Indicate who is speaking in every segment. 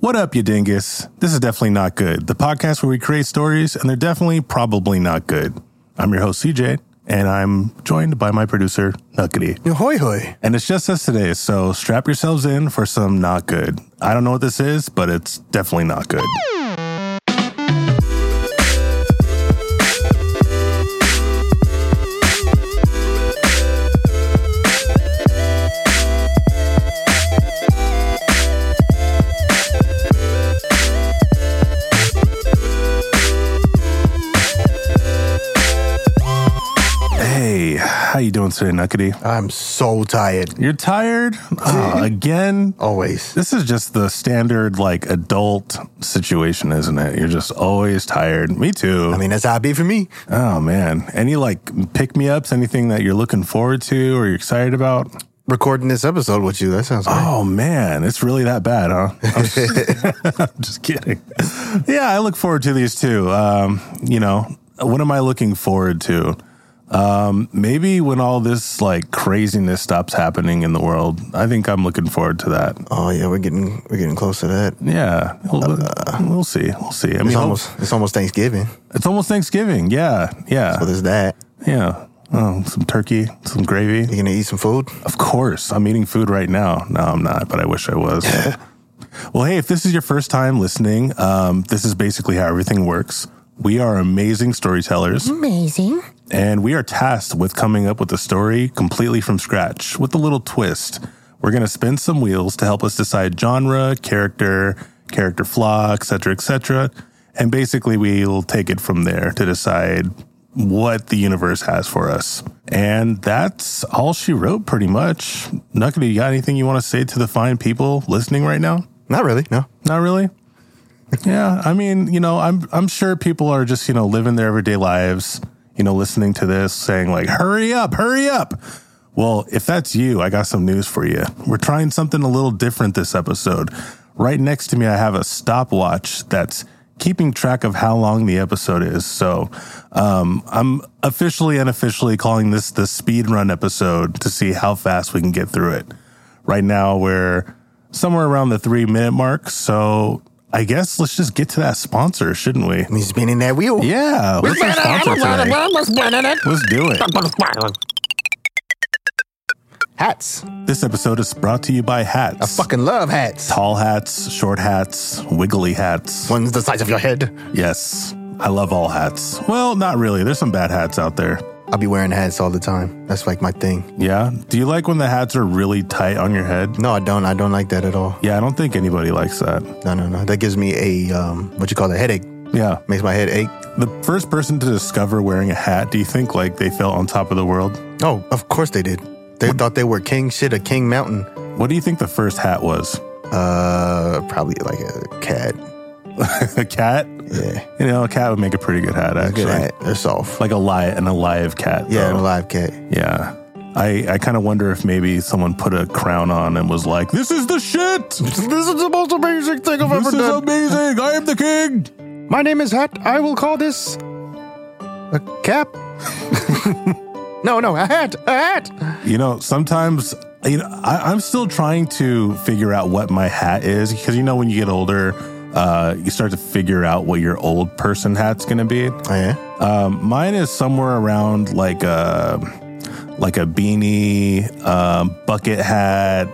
Speaker 1: What up, you dingus? This is definitely not good. The podcast where we create stories, and they're definitely probably not good. I'm your host, CJ, and I'm joined by my producer, Nuckity.
Speaker 2: Hoy hoy.
Speaker 1: And it's just us today, so strap yourselves in for some not good. I don't know what this is, but it's definitely not good. Hey, how you doing today, Nuckity?
Speaker 2: I'm so tired.
Speaker 1: You're tired? Ah, again?
Speaker 2: Always.
Speaker 1: This is just the standard, like, adult situation, isn't it? You're just always tired. Me too.
Speaker 2: I mean, that's how it be for me.
Speaker 1: Oh man. Any like pick me ups, anything that you're looking forward to or you're excited about?
Speaker 2: Recording this episode with you, that sounds great.
Speaker 1: Oh man, it's really that bad, huh? I'm just, I'm just kidding. Yeah, I look forward to these too. Um, you know, what am I looking forward to? Um, maybe when all this like craziness stops happening in the world, I think I'm looking forward to that.
Speaker 2: Oh yeah, we're getting we're getting close to that. It's
Speaker 1: Yeah, we'll, we'll see. We'll see. I mean, hope-
Speaker 2: almost it's almost Thanksgiving.
Speaker 1: it's almost Thanksgiving. Yeah, yeah,
Speaker 2: So there's that.
Speaker 1: yeah. Oh, some turkey, some gravy.
Speaker 2: You gonna eat some food?
Speaker 1: Of course. I'm eating food right now. No, I'm not, but I wish I was. well, hey, if this is your first time listening, um, this is basically how everything works. We are amazing storytellers,
Speaker 3: Amazing.
Speaker 1: and we are tasked with coming up with a story completely from scratch with a little twist. We're going to spin some wheels to help us decide genre, character, character flaw, et cetera, et cetera. And basically, we'll take it from there to decide what the universe has for us. And that's all she wrote, pretty much. Nuckity, you got anything you want to say to the fine people listening right now?
Speaker 2: Not really. No.
Speaker 1: Not really. Yeah, I mean, you know, I'm I'm sure people are just you know living their everyday lives, you know, listening to this, saying like, "Hurry up, hurry up." Well, if that's you, I got some news for you. We're trying something a little different this episode. Right next to me, I have a stopwatch that's keeping track of how long the episode is. So um, I'm officially and officially calling this the speed run episode to see how fast we can get through it. Right now, we're somewhere around the three minute mark. So I guess let's just get to that sponsor, shouldn't we?
Speaker 2: I mean, spinning that wheel.
Speaker 1: Yeah. What's our sponsor today? Let's do it.
Speaker 2: Hats.
Speaker 1: This episode is brought to you by hats.
Speaker 2: Fucking love hats.
Speaker 1: Tall hats, short hats, wiggly hats.
Speaker 2: One's the size of your head.
Speaker 1: Yes, I love all hats. Well, not really. There's some bad hats out there.
Speaker 2: I'll be wearing hats all the time. That's like my thing.
Speaker 1: Yeah. Do you like when the hats are really tight on your head?
Speaker 2: No, I don't. I don't like that at all.
Speaker 1: Yeah, I don't think anybody likes that.
Speaker 2: No, no, no. That gives me a um, what you call it, a headache.
Speaker 1: Yeah.
Speaker 2: Makes my head ache.
Speaker 1: The first person to discover wearing a hat, do you think like they fell on top of the world?
Speaker 2: Oh, of course they did. They thought they were king shit of King Mountain.
Speaker 1: What do you think the first hat was?
Speaker 2: Uh, probably like a cat.
Speaker 1: a cat?
Speaker 2: Yeah,
Speaker 1: You know, a cat would make a pretty good hat, actually.
Speaker 2: good hat. They're soft.
Speaker 1: Like a live, an alive cat.
Speaker 2: yeah,
Speaker 1: though.
Speaker 2: a live cat.
Speaker 1: yeah. I, I kind of wonder if maybe someone put a crown on and was like, "This is the shit. This
Speaker 2: This is the most amazing thing I've
Speaker 1: is amazing. I am the king."
Speaker 2: My name is Hat. I will call this a cap. no, no, a hat, a hat.
Speaker 1: You know, sometimes you know I, I'm still trying to figure out what my hat is because you know when you get older, uh, you start to figure out what your old person hat's gonna be.
Speaker 2: Oh, yeah.
Speaker 1: Um, mine is somewhere around like a like a beanie, um, bucket hat,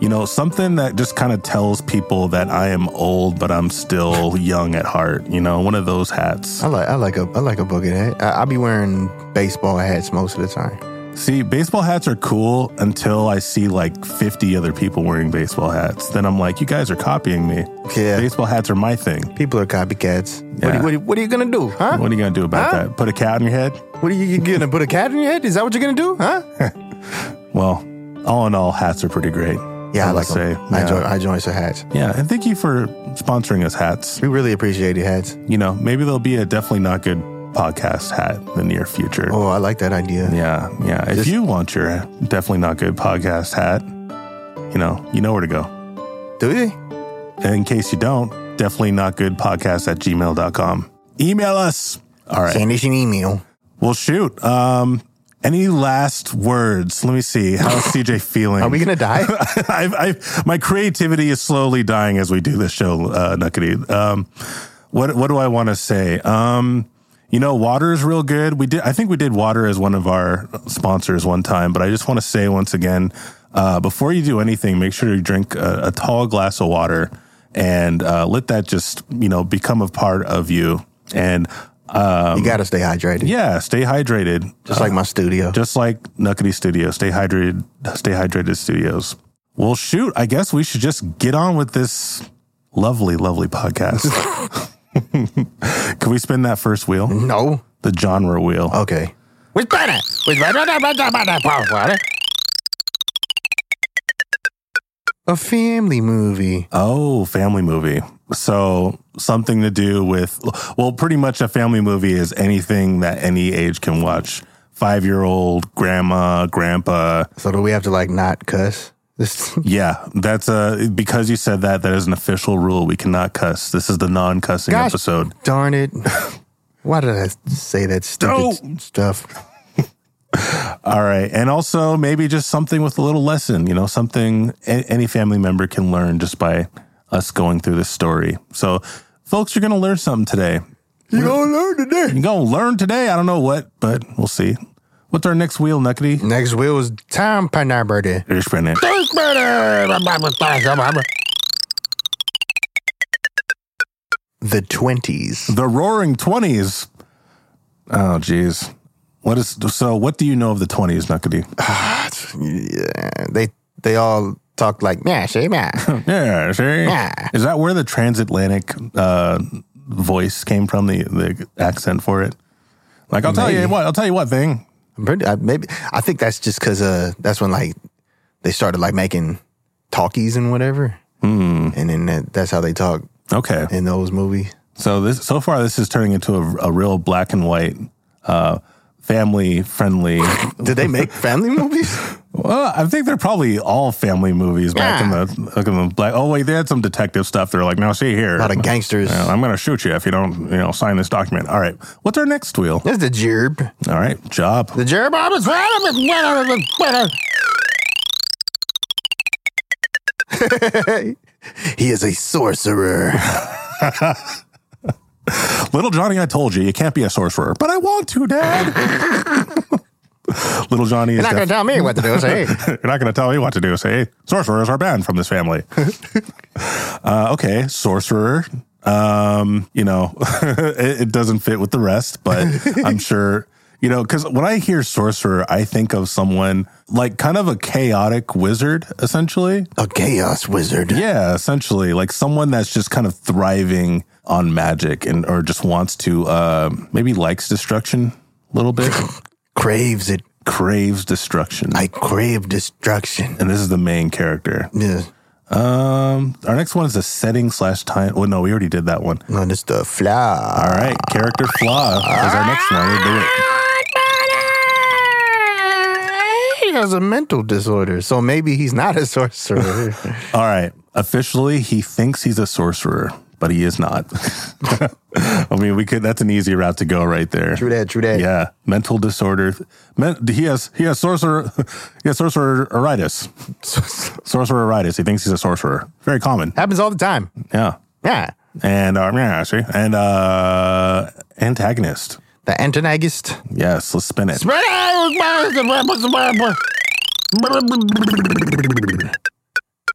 Speaker 1: you know, something that just kind of tells people that I am old, but I'm still young at heart. You know, one of those hats.
Speaker 2: I like, I like a, I like a bucket hat. I, I be wearing baseball hats most of the time.
Speaker 1: See, baseball hats are cool until I see like 50 other people wearing baseball hats. Then I'm like, you guys are copying me.
Speaker 2: Yeah,
Speaker 1: Baseball hats are my thing.
Speaker 2: people are copycats. What,
Speaker 1: Yeah.
Speaker 2: are, what, are, what are you gonna do, huh?
Speaker 1: What are you gonna do about
Speaker 2: Huh?
Speaker 1: that? Put a cat on your head?
Speaker 2: What are you, you gonna put a cat in your head? Is that what you're gonna do, huh?
Speaker 1: Well, all in all, hats are pretty great.
Speaker 2: Yeah, I like
Speaker 1: must
Speaker 2: them.
Speaker 1: say.
Speaker 2: I
Speaker 1: Yeah.
Speaker 2: enjoy, I enjoy some hats.
Speaker 1: Yeah, and thank you for sponsoring us hats.
Speaker 2: We really appreciate your hats.
Speaker 1: You know, maybe there'll be a definitely not good podcast hat in the near future.
Speaker 2: Oh, I like that idea.
Speaker 1: Yeah, yeah. If
Speaker 2: Just-
Speaker 1: you want your definitely not good podcast hat, you know, you know where to go.
Speaker 2: Do they?
Speaker 1: And in case you don't, definitely not good podcast at gmail.com. Email us. All right.
Speaker 2: Send us an email.
Speaker 1: Well, shoot. Um, Any last words? Let me see. How's CJ feeling?
Speaker 2: Are we gonna die?
Speaker 1: I've, I've, my creativity is slowly dying as we do this show, uh, Nuckity. Um, what what do I want to say? Um, you know, water is real good. We did. I think we did water as one of our sponsors one time, but I just want to say once again, uh, before you do anything, make sure you drink a, a tall glass of water and uh, let that just you know become a part of you. And um,
Speaker 2: you gotta stay hydrated.
Speaker 1: yeah, stay hydrated.
Speaker 2: Just like my studio.
Speaker 1: Just like Nuckety Studio, stay hydrated, stay hydrated studios. Well, shoot, I guess we should just get on with this lovely, lovely podcast. Can we spin that first wheel?
Speaker 2: no.
Speaker 1: The genre wheel.
Speaker 2: Okay. With better. With better. A family movie.
Speaker 1: Oh, family movie. So something to do with, well, pretty much a family movie is anything that any age can watch. Five year old, grandma, grandpa.
Speaker 2: So do we have to like not cuss? This
Speaker 1: Yeah, that's a, because you said that, that is an official rule. We cannot cuss. This is the non cussing
Speaker 2: Gosh.
Speaker 1: episode.
Speaker 2: darn it. Why did I say that stupid
Speaker 1: Don't.
Speaker 2: stuff?
Speaker 1: All right. And also maybe just something with a little lesson, you know, something a- any family member can learn just by us going through this story. So, folks, you're going to learn something today.
Speaker 2: You don't learn today.
Speaker 1: You're going to learn today. I don't know what, but we'll see. What's our next wheel, Nuckety?
Speaker 2: Next wheel is Tom Panaberde.
Speaker 1: Here's Brennan.
Speaker 2: The twenties.
Speaker 1: The Roaring 20s. Oh, geez. What is so? What do you know of the 20s, Nuckety?
Speaker 2: Yeah, they they all talk like yeah, shame yeah.
Speaker 1: Yeah, see?
Speaker 2: Yeah.
Speaker 1: Is that where the transatlantic uh, voice came from? The the accent for it. Like I'll tell you
Speaker 2: Maybe.
Speaker 1: what. I'll tell you what thing.
Speaker 2: I'm pretty- I, maybe I think that's just because uh that's when like they started like making talkies and whatever, mm. and then that, that's how they talk
Speaker 1: Okay.
Speaker 2: in those movies.
Speaker 1: So this so far this is turning into a, a real black and white, uh, family friendly.
Speaker 2: Did they make family movies?
Speaker 1: well, I think they're probably all family movies back
Speaker 2: Yeah.
Speaker 1: in the back in the black. Oh wait, they had some detective stuff. They're like, now see here,
Speaker 2: A lot of gangsters.
Speaker 1: Yeah, I'm gonna shoot you if you don't you know sign this document. All right. What's our next wheel?
Speaker 2: That's the gerb.
Speaker 1: All right, job.
Speaker 2: The gerb. I was He is a sorcerer.
Speaker 1: Little Johnny, I told you, you can't be a sorcerer. But I want to, Dad. Little Johnny is
Speaker 2: Not gonna
Speaker 1: def-
Speaker 2: tell me what to do. Say, hey,
Speaker 1: you're not going to tell me what to do. Say, hey, sorcerers are banned from this family. uh, okay, sorcerer. Um, you know, it, it doesn't fit with the rest, but I'm sure. You know, because when I hear sorcerer, I think of someone like kind of a chaotic wizard, essentially.
Speaker 2: a chaos wizard.
Speaker 1: Yeah, essentially, like someone that's just kind of thriving on magic and or just wants to uh, maybe likes destruction a little bit,
Speaker 2: Craves it.
Speaker 1: craves destruction,
Speaker 2: I crave destruction.
Speaker 1: and this is the main character.
Speaker 2: Yeah.
Speaker 1: Um, our next one is the setting slash time. Oh no, we already did that one.
Speaker 2: No, this the fly.
Speaker 1: All right, character flaw is our next one. We'll do it.
Speaker 2: He has a mental disorder, so maybe he's not a sorcerer.
Speaker 1: All right, officially, he thinks he's a sorcerer, but he is not. I mean, we could. That's an easy route to go right there.
Speaker 2: true that, true that.
Speaker 1: Yeah, mental disorder. Men, he has he has sorcerer he has sorcereritis. Sorcereritis. He thinks he's a sorcerer. Very common.
Speaker 2: Happens all the time.
Speaker 1: Yeah.
Speaker 2: Yeah.
Speaker 1: And uh, yeah, see. And uh, antagonist.
Speaker 2: The antagonist.
Speaker 1: Yes, let's spin it.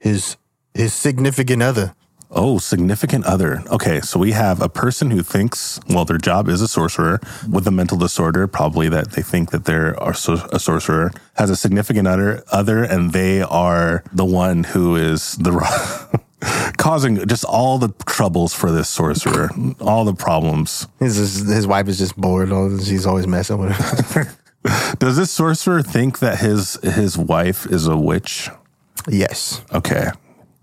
Speaker 2: His his significant other.
Speaker 1: Oh, significant other. Okay, so we have a person who thinks, well, their job is a sorcerer with a mental disorder, probably that they think that they're a sor- a sorcerer, has a significant other, other and they are the one who is the causing just all the troubles for this sorcerer, all the problems.
Speaker 2: His his, his wife is just bored. all- She's always messing with him.
Speaker 1: Does this sorcerer think that his his wife is a witch?
Speaker 2: yes.
Speaker 1: Okay.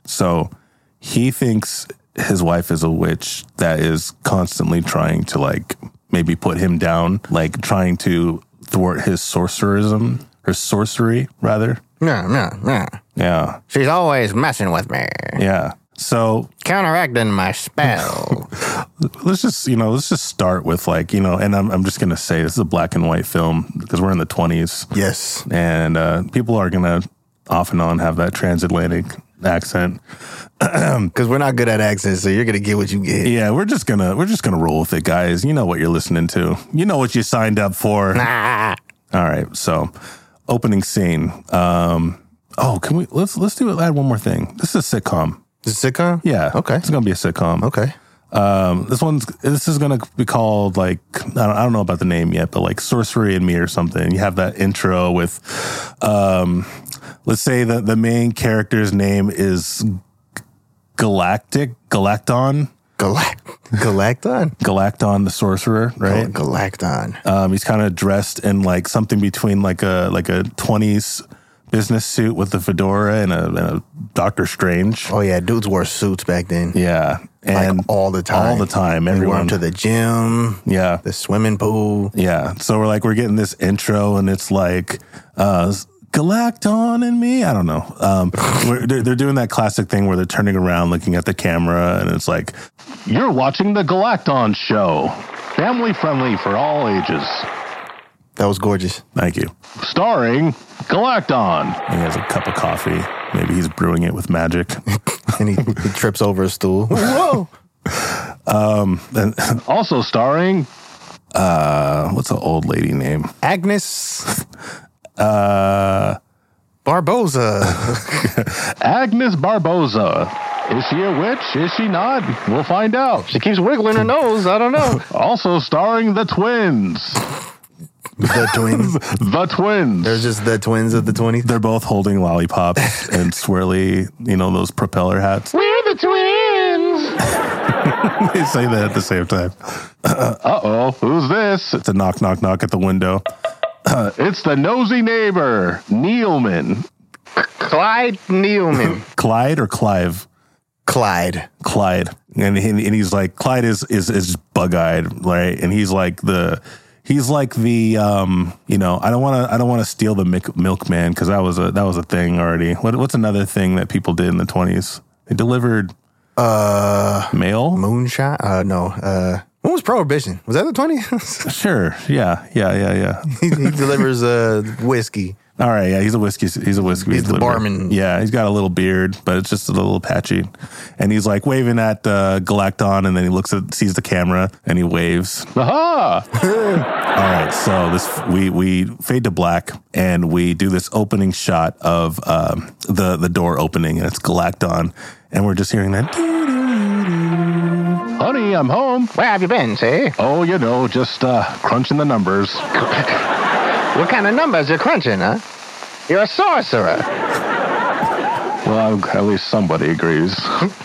Speaker 1: So he thinks his wife is a witch that is constantly trying to like maybe put him down, like trying to thwart his sorcerism or sorcery rather.
Speaker 2: No, no, no.
Speaker 1: Yeah.
Speaker 2: She's always messing with me.
Speaker 1: Yeah. So
Speaker 2: Counteracting my spell.
Speaker 1: let's just you know let's just start with like you know and i'm, I'm just gonna say this is a black and white film because we're in the 20s
Speaker 2: yes.
Speaker 1: and uh, people are gonna off and on have that transatlantic accent
Speaker 2: Because we're not good at accents, so you're going to get what you get.
Speaker 1: yeah we're just gonna we're just gonna roll with it guys you know what you're listening to you know what you signed up for
Speaker 2: Ah.
Speaker 1: all right so opening scene um oh can we let's let's do it add one more thing this is a sitcom
Speaker 2: Is it sitcom?
Speaker 1: yeah
Speaker 2: Okay.
Speaker 1: it's gonna be a sitcom
Speaker 2: Okay.
Speaker 1: Um, this one's this is gonna be called like I don't, I don't know about the name yet, but like sorcery and me or something. You have that intro with, um, let's say that the main character's name is Galactic Galacton
Speaker 2: Galact- Galacton?
Speaker 1: Galacton the sorcerer, right?
Speaker 2: Galacton.
Speaker 1: Um, he's kind of dressed in like something between like a like a twenties business suit with a fedora and a, and a Doctor Strange.
Speaker 2: Oh, yeah. Dudes wore suits back then.
Speaker 1: Yeah, and
Speaker 2: like all the time.
Speaker 1: all the time,
Speaker 2: We wore
Speaker 1: everyone.
Speaker 2: them to the gym,
Speaker 1: yeah,
Speaker 2: the swimming pool.
Speaker 1: Yeah. So we're like, we're getting this intro and it's like, uh, Galacton and me. I don't know. Um, we're, they're, they're doing that classic thing where they're turning around looking at the camera and it's like, You're watching the Galacton show. Family friendly for all ages.
Speaker 2: That was gorgeous.
Speaker 1: Thank you.
Speaker 3: starring Galacton.
Speaker 1: And he has a cup of coffee. Maybe he's brewing it with magic.
Speaker 2: And he, he trips over a stool.
Speaker 1: Whoa. um, and,
Speaker 3: Also starring
Speaker 1: uh, what's the old lady name?
Speaker 2: Agnes. Uh, Barboza.
Speaker 3: Agnes Barboza. Is she a witch? Is she not? We'll find out. She keeps wiggling her nose. I don't know. also starring the twins.
Speaker 2: the twins.
Speaker 3: The twins.
Speaker 2: They're just the twins of the 20s.
Speaker 1: They're both holding lollipops and swirly, you know, those propeller hats.
Speaker 3: We're the twins.
Speaker 1: they say that at the same time.
Speaker 3: Uh oh. Who's this?
Speaker 1: It's a knock, knock, knock at the window.
Speaker 3: It's the nosy neighbor, Neilman.
Speaker 2: Clyde Nealman.
Speaker 1: Clyde or Clive?
Speaker 2: Clyde.
Speaker 1: Clyde. And, he- and he's like, Clyde is, is, is bug eyed, right? And he's like the, he's like the, um, you know, I don't want to, I don't want to steal the milk, milkman because that was a, that was a thing already. What, what's another thing that people did in the 20s? They delivered
Speaker 2: Uh,
Speaker 1: mail?
Speaker 2: Moonshot. Uh, no. Uh, when was Prohibition? Was that the 20s?
Speaker 1: Sure. Yeah. Yeah. Yeah. Yeah.
Speaker 2: he, he delivers uh, whiskey.
Speaker 1: All right, yeah, he's a whiskey. He's a whiskey.
Speaker 2: He's the
Speaker 1: deliverer.
Speaker 2: barman.
Speaker 1: Yeah, he's got a little beard, but it's just a little patchy. And he's like waving at uh, Galacton, and then he looks at sees the camera and he waves.
Speaker 3: Aha!
Speaker 1: All right, so this we we fade to black, and we do this opening shot of um, the the door opening, and it's Galacton, and we're just hearing that.
Speaker 3: Honey, I'm home.
Speaker 4: Where have you been, see?
Speaker 3: Oh, you know, just uh, crunching the numbers.
Speaker 4: What kind of numbers you crunching, huh? You're a sorcerer.
Speaker 3: Well, I- at least somebody agrees.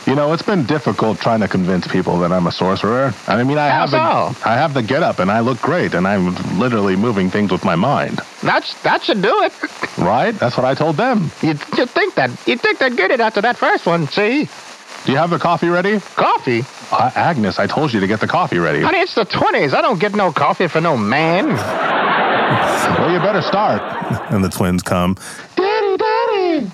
Speaker 3: you know, it's been difficult trying to convince people that I'm a sorcerer. I mean, I
Speaker 4: How
Speaker 3: have the, I have the get up and I look great and I'm literally moving things with my mind.
Speaker 4: That's, that should do it.
Speaker 3: Right? That's what I told them.
Speaker 4: You'd, you'd think that. You'd think they'd get it after that first one, see?
Speaker 3: Do you have the coffee ready?
Speaker 4: Coffee?
Speaker 3: Uh, Agnes, I told you to get the coffee ready.
Speaker 4: Honey, it's the 20s. I don't get no coffee for no man.
Speaker 3: Well, you better start.
Speaker 1: And the twins come.
Speaker 3: Daddy, daddy.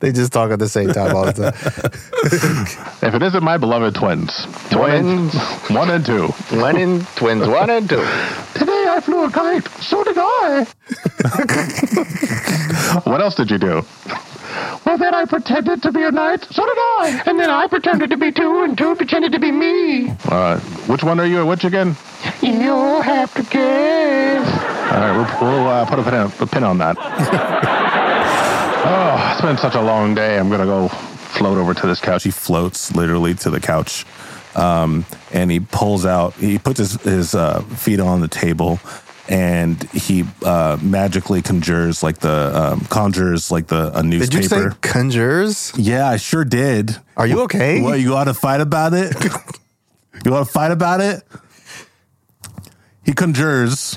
Speaker 2: They just talk at the same time all the time.
Speaker 3: If it isn't my beloved twins,
Speaker 4: Twins.
Speaker 3: one and two.
Speaker 4: One and twins, one and two.
Speaker 3: Today I flew a kite. So did I. what else did you do? Well, then I pretended to be a knight. So did I. And then I pretended to be two, and two pretended to be me. Uh, which one are you and which again?
Speaker 4: You'll have to guess.
Speaker 3: All right, we'll, we'll uh, put a pin, on, a pin on that. oh, it's been such a long day. I'm going to go float over to this couch.
Speaker 1: She floats literally to the couch, um, and he pulls out. He puts his his uh, feet on the table, and he uh, magically conjures like the um, conjures like the a
Speaker 2: Did you say
Speaker 1: newspaper.
Speaker 2: conjures?
Speaker 1: yeah, I sure did.
Speaker 2: Are you okay?
Speaker 1: What you want to fight about it? you want to fight about it? He conjures.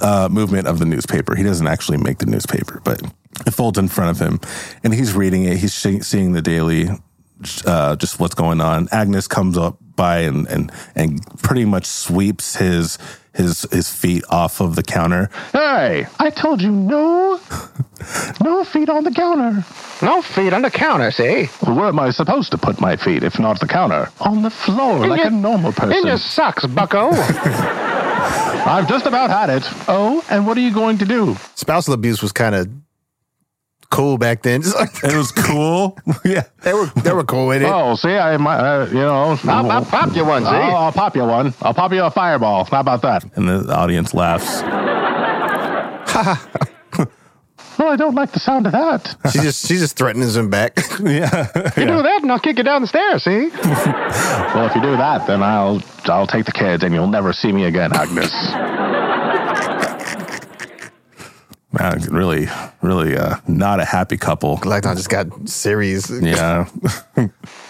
Speaker 1: uh, movement of the newspaper. He doesn't actually make the newspaper, but it folds in front of him, and he's reading it. He's sh- seeing the daily, uh, just what's going on. Agnes comes up
Speaker 5: by and and and pretty much sweeps his his his feet off of the counter.
Speaker 1: Hey, I told you no, no feet on the counter.
Speaker 2: No feet on the counter, see?
Speaker 1: Well, where am I supposed to put my feet if not the counter? On the floor, like
Speaker 2: your-
Speaker 1: a normal person.
Speaker 2: In your socks, bucko.
Speaker 1: I've just about had it. Oh, and what are you going to do?
Speaker 4: Spousal abuse was kind of cool back then. Just like,
Speaker 5: It was cool. yeah.
Speaker 4: they were they were cool with it.
Speaker 1: Oh, see, I, my, uh, you know,
Speaker 2: I'll, I'll pop you one, see?
Speaker 1: I'll, I'll pop you one. I'll pop you a fireball. How about that?
Speaker 5: And the audience laughs.
Speaker 1: Well, I don't like the sound of that.
Speaker 4: She just she just threatens him back.
Speaker 2: you do that and I'll kick you down the stairs, see?
Speaker 1: Well, if you do that, then I'll I'll take the kids, and you'll never see me again, Agnes.
Speaker 5: Man, really, really uh, not a happy couple.
Speaker 4: like I just got serious.
Speaker 5: Yeah.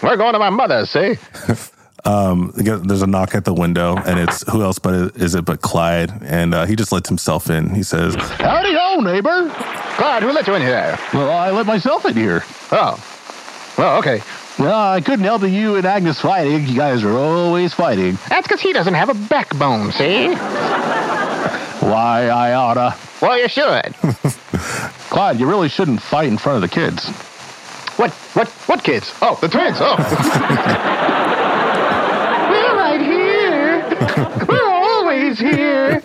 Speaker 2: We're going to my mother's, see?
Speaker 5: Again, Um, There's a knock at the window, and it's who else but is it but Clyde? And uh, he just lets himself in. He says,
Speaker 1: Howdy ho, neighbor.
Speaker 2: Clyde, who let you in here?
Speaker 1: Well, I let myself in here.
Speaker 2: Oh. Well, okay.
Speaker 1: Well, I couldn't help it, you and Agnes fighting. You guys are always fighting.
Speaker 2: That's because he doesn't have a backbone, see?
Speaker 1: Why, I oughta.
Speaker 2: Well, you should.
Speaker 1: Clyde, you really shouldn't fight in front of the kids.
Speaker 2: What, what, what kids? Oh, the twins. Oh. We're right here. We're always here.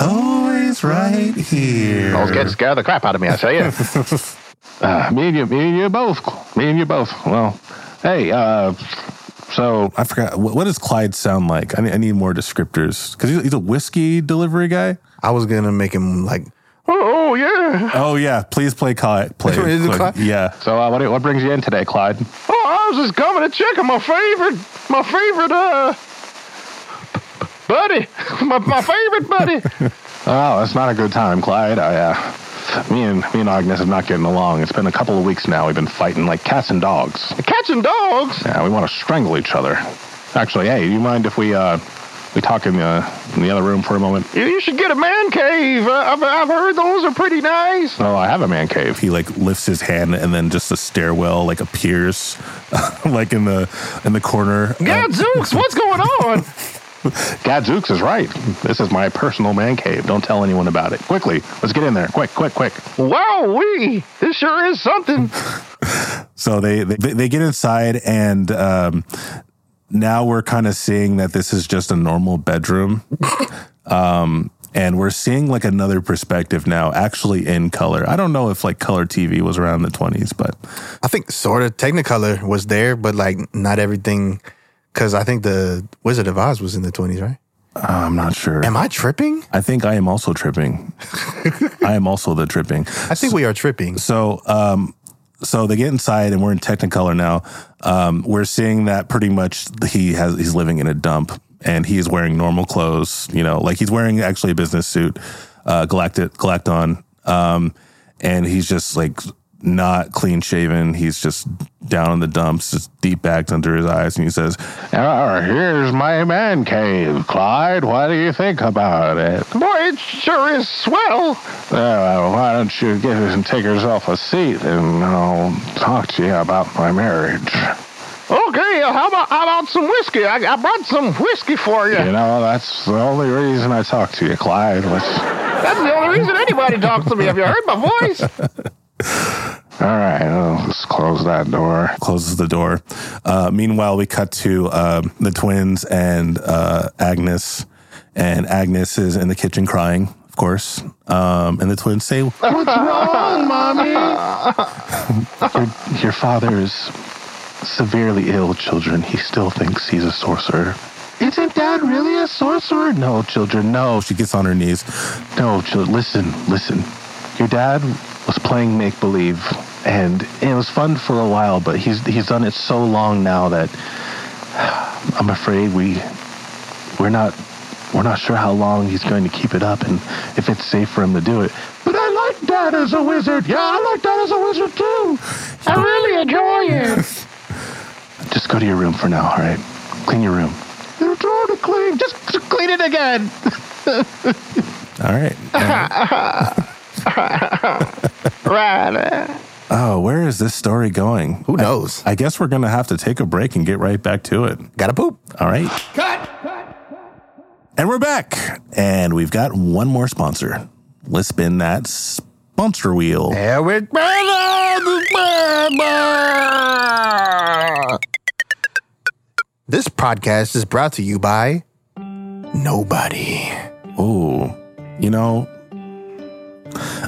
Speaker 5: "Always right here."
Speaker 2: Those kids scare the crap out of me, I tell you.
Speaker 1: Uh, me and you, me and you both. Me and you both. Well, hey, uh, so
Speaker 5: I forgot what, what does Clyde sound like. I need, I need more descriptors because he's, he's a whiskey delivery guy.
Speaker 4: I was gonna make him like
Speaker 2: Oh, yeah.
Speaker 5: Oh yeah, please play Clyde. Play
Speaker 4: Is it
Speaker 5: Clyde.
Speaker 4: Clyde?
Speaker 5: Yeah,
Speaker 1: so uh, what do- what brings you in today, Clyde?
Speaker 2: Oh, I was just coming to check on my favorite, my favorite, uh, buddy. My, my favorite buddy.
Speaker 1: Oh, that's not a good time, Clyde. I, uh, me and me and Agnes are not getting along. It's been a couple of weeks now. We've been fighting like cats and dogs.
Speaker 2: Catching dogs.
Speaker 1: Yeah, we want to strangle each other. Actually, hey, do you mind if we uh, we talk in the in the other room for a moment?
Speaker 2: You, you should get a man cave. Uh, I've, I've heard those are pretty nice.
Speaker 1: Oh, I have a man cave.
Speaker 5: he like lifts his hand and then just the stairwell like appears, like in the in the corner. Uh,
Speaker 2: Gadzooks, what's going on?
Speaker 1: Gadzooks is right. This is my personal man cave. Don't tell anyone about it. Quickly, let's get in there. Quick, quick, quick.
Speaker 2: Wow, we. This sure is something.
Speaker 5: So they they, they get inside, and um, now we're kind of seeing that this is just a normal bedroom. um, and we're seeing like another perspective now, actually in color. I don't know if like color TV was around in the twenties, but
Speaker 4: I think sort of Technicolor was there, but like not everything. Because I think the Wizard of Oz was in the twenties, right?
Speaker 5: I'm not sure.
Speaker 4: Am I tripping?
Speaker 5: I think I am also tripping. I am also the tripping.
Speaker 4: I think we are tripping.
Speaker 5: So, um, so they get inside, and we're in Technicolor now. Um, we're seeing that pretty much he has he's living in a dump, and he is wearing normal clothes. You know, like he's wearing actually a business suit, uh, Galactic Galacton, um, and he's just like not clean shaven. He's just down in the dumps, just deep bags under his eyes, and he says,
Speaker 1: Ah, here's my man cave, Clyde. What do you think about it?
Speaker 2: Boy, it sure is swell.
Speaker 1: Uh, why don't you get and take yourself a seat, and I'll talk to you about my marriage.
Speaker 2: Okay, uh, how about, how about some whiskey? I, I brought some whiskey for you.
Speaker 1: You know, that's the only reason I talk to you, Clyde. Let's,
Speaker 2: That's the only reason anybody talks to me. Have you heard my voice?
Speaker 1: all right, well, let's close that door.
Speaker 5: closes the door. Uh, meanwhile, we cut to uh, the twins and uh, Agnes, and Agnes is in the kitchen crying, of course. Um, and the twins say,
Speaker 1: Your, your father is severely ill, children. He still thinks he's a sorcerer. Isn't dad really a sorcerer? No, children, no.
Speaker 5: "Oh!" She gets on her knees.
Speaker 1: No, Jill, listen, listen. Your dad was playing make believe, and it was fun for a while, but he's he's done it so long now that I'm afraid we we're not we're not sure how long he's going to keep it up, and if it's safe for him to do it. But I like dad as a wizard. Yeah, I like dad as a wizard too.
Speaker 2: I really enjoy it.
Speaker 1: Just go to your room for now, all right? Clean your room. You're trying to clean. Just clean it again.
Speaker 5: All right. And-
Speaker 2: Right.
Speaker 1: Oh, where is this story going?
Speaker 4: Who knows?
Speaker 1: I guess we're going to have to take a break and get right back to it.
Speaker 4: Gotta poop.
Speaker 1: All right. Cut! And we're back. And we've got one more sponsor. Let's spin that sponsor wheel.
Speaker 4: There we This podcast is brought to you by nobody.
Speaker 1: Oh, you know,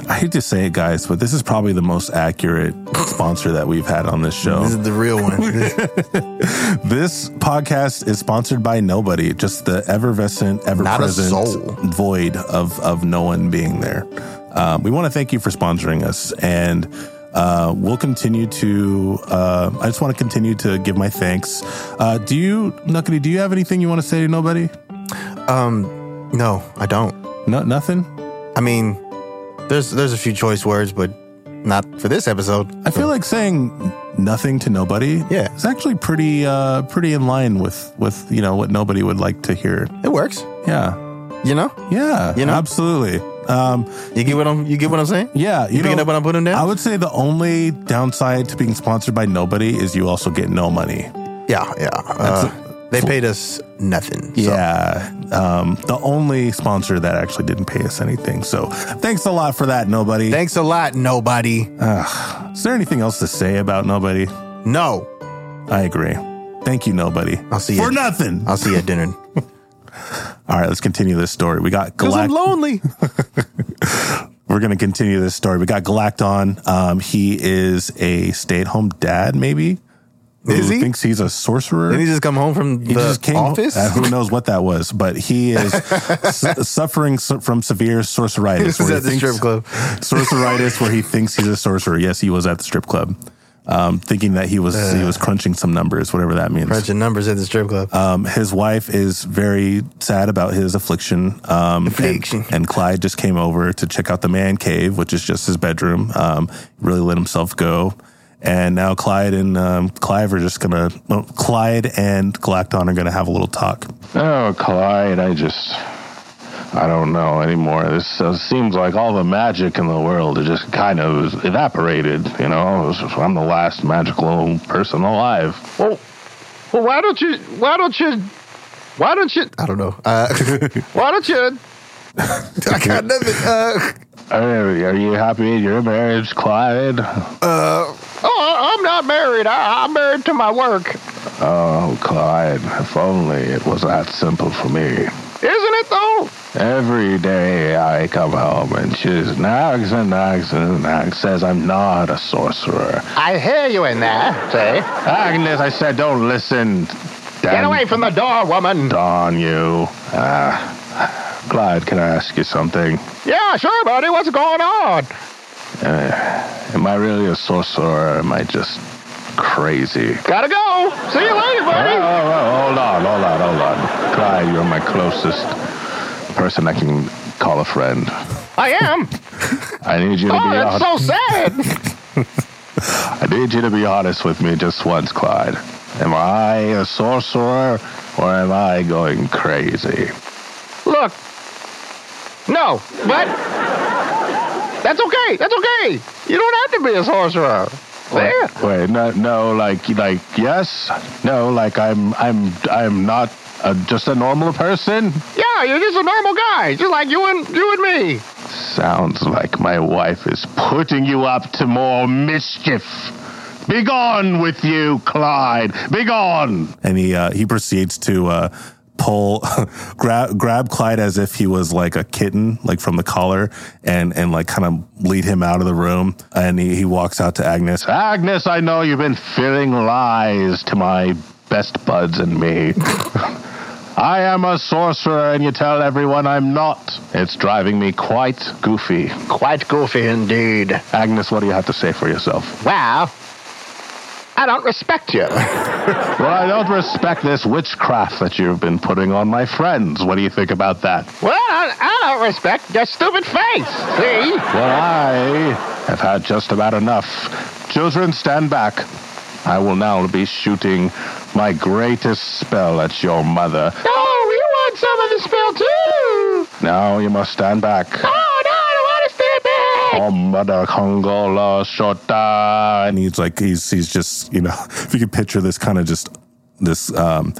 Speaker 1: I hate to say it, guys, but this is probably the most accurate sponsor that we've had on this show.
Speaker 4: This is the real one. This-
Speaker 1: This podcast is sponsored by nobody, just the ever-vescent,
Speaker 4: soul.
Speaker 1: ever-present void of, of no one being there. Um, we want to thank you for sponsoring us, and uh, we'll continue to. Uh, I just want to continue to give my thanks. Uh, do you, Nuckity? Do you have anything you want to say to nobody?
Speaker 4: um, no, I don't.
Speaker 1: No, nothing.
Speaker 4: I mean, there's there's a few choice words, but not for this episode.
Speaker 1: I feel like saying nothing to nobody.
Speaker 4: Yeah.
Speaker 1: is actually pretty, uh, pretty in line with with you know what nobody would like to hear.
Speaker 4: it works.
Speaker 1: Yeah,
Speaker 4: You know,
Speaker 1: yeah,
Speaker 4: You know?
Speaker 1: absolutely. Um,
Speaker 4: you get what I'm you get what I'm saying.
Speaker 1: Yeah, you,
Speaker 4: You picking
Speaker 1: know,
Speaker 4: up what I'm putting down?
Speaker 1: I would say the only downside to being sponsored by nobody is you also get no money.
Speaker 4: yeah, yeah. Uh, they paid us nothing. so-
Speaker 1: Yeah, um, the only sponsor that actually didn't pay us anything. So thanks a lot for that, nobody.
Speaker 4: Thanks a lot, nobody.
Speaker 1: is there anything else to say about nobody?
Speaker 4: No.
Speaker 1: I agree. Thank you, nobody.
Speaker 4: I'll see you.
Speaker 1: for nothing.
Speaker 4: I'll see you at dinner.
Speaker 1: All right, let's continue this story. We got
Speaker 4: Because I'm
Speaker 1: Galact-
Speaker 4: lonely.
Speaker 1: we're going to continue this story. We got Galacton. Um, he is a stay-at-home dad, maybe.
Speaker 4: Is
Speaker 1: who
Speaker 4: he?
Speaker 1: Thinks he's a sorcerer.
Speaker 4: Did he just come home from the
Speaker 1: He just came
Speaker 4: office?
Speaker 1: uh, who knows what that was, but he is su- suffering su- from severe sorceritis.
Speaker 4: This
Speaker 1: where
Speaker 4: was
Speaker 1: he
Speaker 4: at the
Speaker 1: thinks-
Speaker 4: strip club.
Speaker 1: Sorceritis, where he thinks he's a sorcerer. Yes, he was at the strip club, um, thinking that he was he was crunching some numbers, whatever that means.
Speaker 4: Bunch of numbers at the strip club.
Speaker 1: Um, his wife is very sad about his affliction. Um,
Speaker 4: Affliction.
Speaker 1: And, and Clyde just came over to check out the man cave, which is just his bedroom. Um, really let himself go. And now Clyde and um, Clive are just gonna. Well, Clyde and Galacton are gonna have a little talk.
Speaker 3: Oh, Clyde, I just. I don't know anymore. This uh, seems like all the magic in the world it just kind of evaporated. You know, It's just- I'm the last magical person alive.
Speaker 2: Well, well, why don't you? Why don't you? Why don't you?
Speaker 4: I don't know. Uh,
Speaker 2: Why don't you?
Speaker 4: I got nothing. Uh,
Speaker 3: Are, are you happy in your marriage, Clyde?
Speaker 2: Oh, I- I'm not married. I, I'm married to my work.
Speaker 3: Oh, Clyde, if only it was that simple for me.
Speaker 2: Isn't it though?
Speaker 3: Every day I come home and she's nags and nags and nags, says I'm not a sorcerer.
Speaker 2: I hear you in there. See?
Speaker 3: Agnes, I said, don't listen.
Speaker 2: Get
Speaker 3: Damn
Speaker 2: away from the door, woman.
Speaker 3: Darn you. Ah, Clyde, can I ask you something?
Speaker 2: Yeah, sure, buddy. What's going on?
Speaker 3: Am I really a sorcerer or am I just crazy?
Speaker 2: Gotta go. See you later,
Speaker 3: Oh, oh,
Speaker 2: buddy.
Speaker 3: oh, hold on, hold on, hold on. Clyde, you're my closest person I can call a friend.
Speaker 2: I am.
Speaker 3: I need you to
Speaker 2: Oh,
Speaker 3: be
Speaker 2: that's
Speaker 3: honest.
Speaker 2: so sad.
Speaker 3: I need you to be honest with me just once, Clyde. Am I a sorcerer or am I going crazy?
Speaker 2: Look. No, but that's okay. That's okay. You don't have to be a sorcerer. There.
Speaker 3: Wait, no, no, like, like, yes, no, like, I'm, I'm, I'm not a, just a normal person.
Speaker 2: Yeah, you're just a normal guy, just like you and you and me.
Speaker 3: Sounds like my wife is putting you up to more mischief. Begone with you, Clyde. Begone.
Speaker 1: and he uh, he proceeds to uh, pull grab grab Clyde as if he was like a kitten, like from the collar, and and like kind of lead him out of the room. And he, he walks out to Agnes.
Speaker 3: Agnes, I know you've been filling lies to my best buds and me. I am a sorcerer, and you tell everyone I'm not. It's driving me quite goofy.
Speaker 2: Quite goofy indeed.
Speaker 3: Agnes, what do you have to say for yourself?
Speaker 2: Well, I don't respect you.
Speaker 3: Well, I don't respect this witchcraft that you've been putting on my friends. What do you think about that?
Speaker 2: Well, I, I don't respect your stupid face. See?
Speaker 3: Well, I have had just about enough. Children, stand back. I will now be shooting my greatest spell at your mother.
Speaker 2: Oh, you want some of the spell too?
Speaker 3: Now you must stand back.
Speaker 2: Oh no, I don't want to stay back.
Speaker 3: Kombada Kongola Shota.
Speaker 1: and he's like he's he's just you know if you could picture this kind of just this um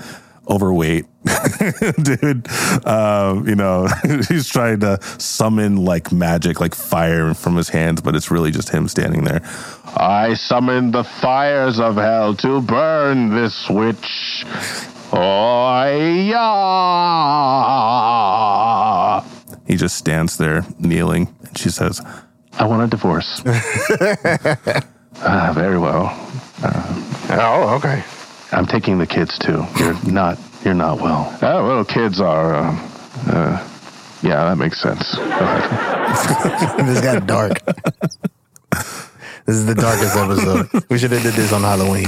Speaker 1: overweight dude um you know he's trying to summon like magic like fire from his hands but it's really just him standing there
Speaker 3: I summon the fires of hell to burn this witch. Oh, yeah.
Speaker 1: he just stands there kneeling and she says
Speaker 3: I want a divorce. ah, very well.
Speaker 4: Oh, okay.
Speaker 3: I'm taking the kids too. You're not. You're not well. Oh, well, kids are. Um, uh, yeah, that makes sense. Go ahead.
Speaker 2: this got dark. this is the darkest episode. We should have did this on Halloween.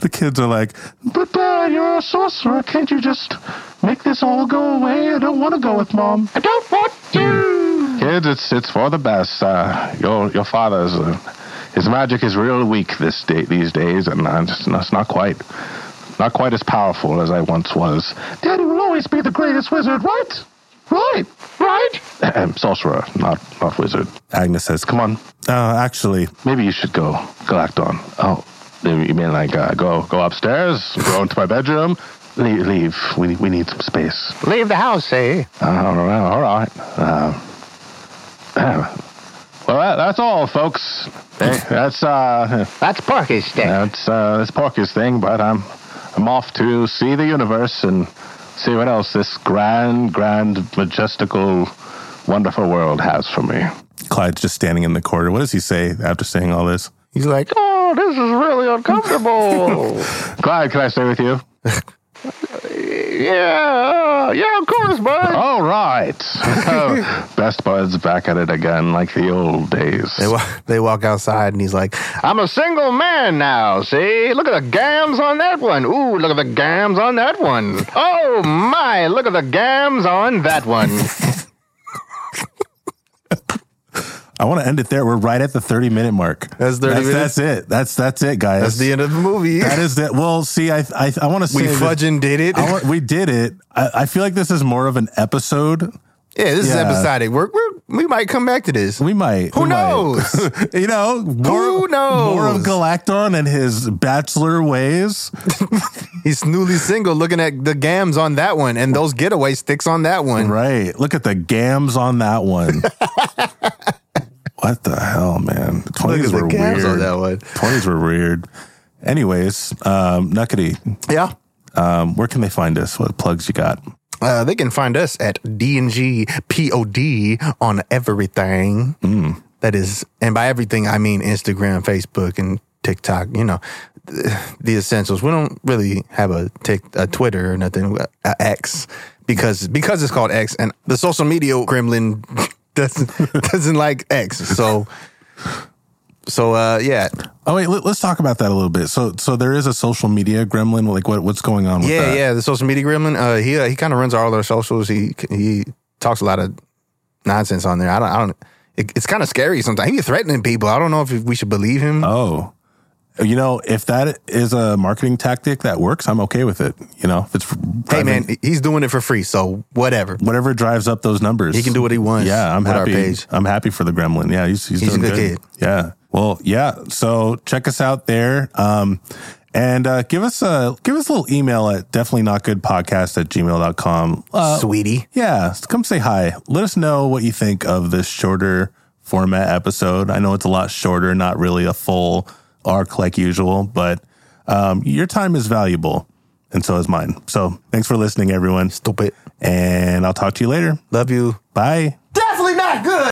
Speaker 1: the kids are like
Speaker 3: But uh, you're a sorcerer. Can't you just make this all go away? I don't want to go with mom.
Speaker 4: I don't want to.
Speaker 3: Kids, it's it's for the best. Uh, your your father's uh, his magic is real weak this day these days, and uh, it's, it's not quite not quite as powerful as I once was. Daddy will always be the greatest wizard, right? Right,
Speaker 4: Right?
Speaker 3: right. Sorcerer, not not wizard.
Speaker 1: agnes says
Speaker 3: Come on,
Speaker 1: uh, actually
Speaker 3: maybe you should go Galacton. Oh, you mean like uh, go go upstairs, go into my bedroom, leave. leave. We we need some space.
Speaker 4: Leave the house, eh?
Speaker 3: All right, all right. Um, well, that, that's all, folks. Hey, That's uh,
Speaker 4: That's Parky's stick.
Speaker 3: that's uh, that's Porky's thing. But I'm I'm off to see the universe and see what else this grand, grand, majestical, wonderful world has for me.
Speaker 1: clyde's just standing in the corridor what does he say after saying all this
Speaker 2: He's like,
Speaker 4: Oh, this is really uncomfortable.
Speaker 3: Clyde, can I stay with you?
Speaker 4: yeah, yeah, of course, bud.
Speaker 3: All right. Oh, Best buds back at it again, like the old days.
Speaker 2: they walk, they walk outside and he's like,
Speaker 4: I'm a single man now, see? Look at the gams on that one. Ooh, look at the gams on that one. Oh, my, look at the gams on that one.
Speaker 1: I want to end it there. We're right at the 30 minute mark.
Speaker 2: That's 30
Speaker 1: that's,
Speaker 2: minutes?
Speaker 1: That's it. That's that's it, guys.
Speaker 2: that's the end of the movie.
Speaker 1: That is it. Well, see, I I, I want to say
Speaker 2: we
Speaker 1: that-
Speaker 2: fudging did it.
Speaker 1: I want, we did it. I, I feel like this is more of an episode.
Speaker 2: yeah, this is
Speaker 1: Yeah.
Speaker 2: episodic. We're, we're, we might come back to this.
Speaker 1: We might.
Speaker 2: Who
Speaker 1: we might.
Speaker 2: knows?
Speaker 1: you know, more,
Speaker 2: Who knows?
Speaker 1: More of Galacton and his bachelor ways.
Speaker 2: He's newly single looking at the gams on that one and those getaway sticks on that one.
Speaker 1: Right. Look at the gams on that one. what the hell, man?
Speaker 2: Look
Speaker 1: Twenties
Speaker 2: at
Speaker 1: were
Speaker 2: the gams
Speaker 1: weird.
Speaker 2: on that one.
Speaker 1: Twenties were weird. Anyways, um, Nuckety,
Speaker 2: Yeah.
Speaker 1: um, where can they find us? What plugs you got?
Speaker 2: Uh, they can find us at DNG POD on everything. That is, and by everything, I mean Instagram, Facebook, and TikTok, you know, th- the essentials. We don't really have a, tick, a Twitter or nothing, a, a X, because, because it's called X, and the social media gremlin doesn't, doesn't like X. So, so, uh, yeah.
Speaker 1: Oh wait, let, let's talk about that a little bit. So, so there is a social media gremlin. Like, what what's going on with
Speaker 2: Yeah,
Speaker 1: that?
Speaker 2: yeah. The social media gremlin. Uh, he uh, he kind of runs all our socials. He he talks a lot of nonsense on there. I don't. I don't. It, it's kind of scary sometimes. He's threatening people. I don't know if we should believe him.
Speaker 1: Oh, you know, if that is a marketing tactic that works, I'm okay with it. You know, if it's
Speaker 2: hey
Speaker 1: driving-
Speaker 2: man, he's doing it for free. So whatever.
Speaker 1: whatever drives up those numbers,
Speaker 2: He can do what he wants
Speaker 1: Yeah, I'm
Speaker 2: with our
Speaker 1: happy.
Speaker 2: page.
Speaker 1: I'm happy for the gremlin. Yeah, he's he's,
Speaker 2: He's a
Speaker 1: doing
Speaker 2: good kid.
Speaker 1: Yeah. Well, yeah. So check us out there. Um, and uh, give us a give us a little email at definitely not good podcast at gmail.com. Uh,
Speaker 2: Sweetie,
Speaker 1: Yeah, s- come say hi. Let us know what you think of this shorter format episode. I know it's a lot shorter, not really a full arc like usual, but um, your time is valuable, and so is mine. So thanks for listening, everyone,
Speaker 2: stupid.
Speaker 1: and I'll talk to you later.
Speaker 2: Love you.
Speaker 1: Bye.
Speaker 2: Definitely not good.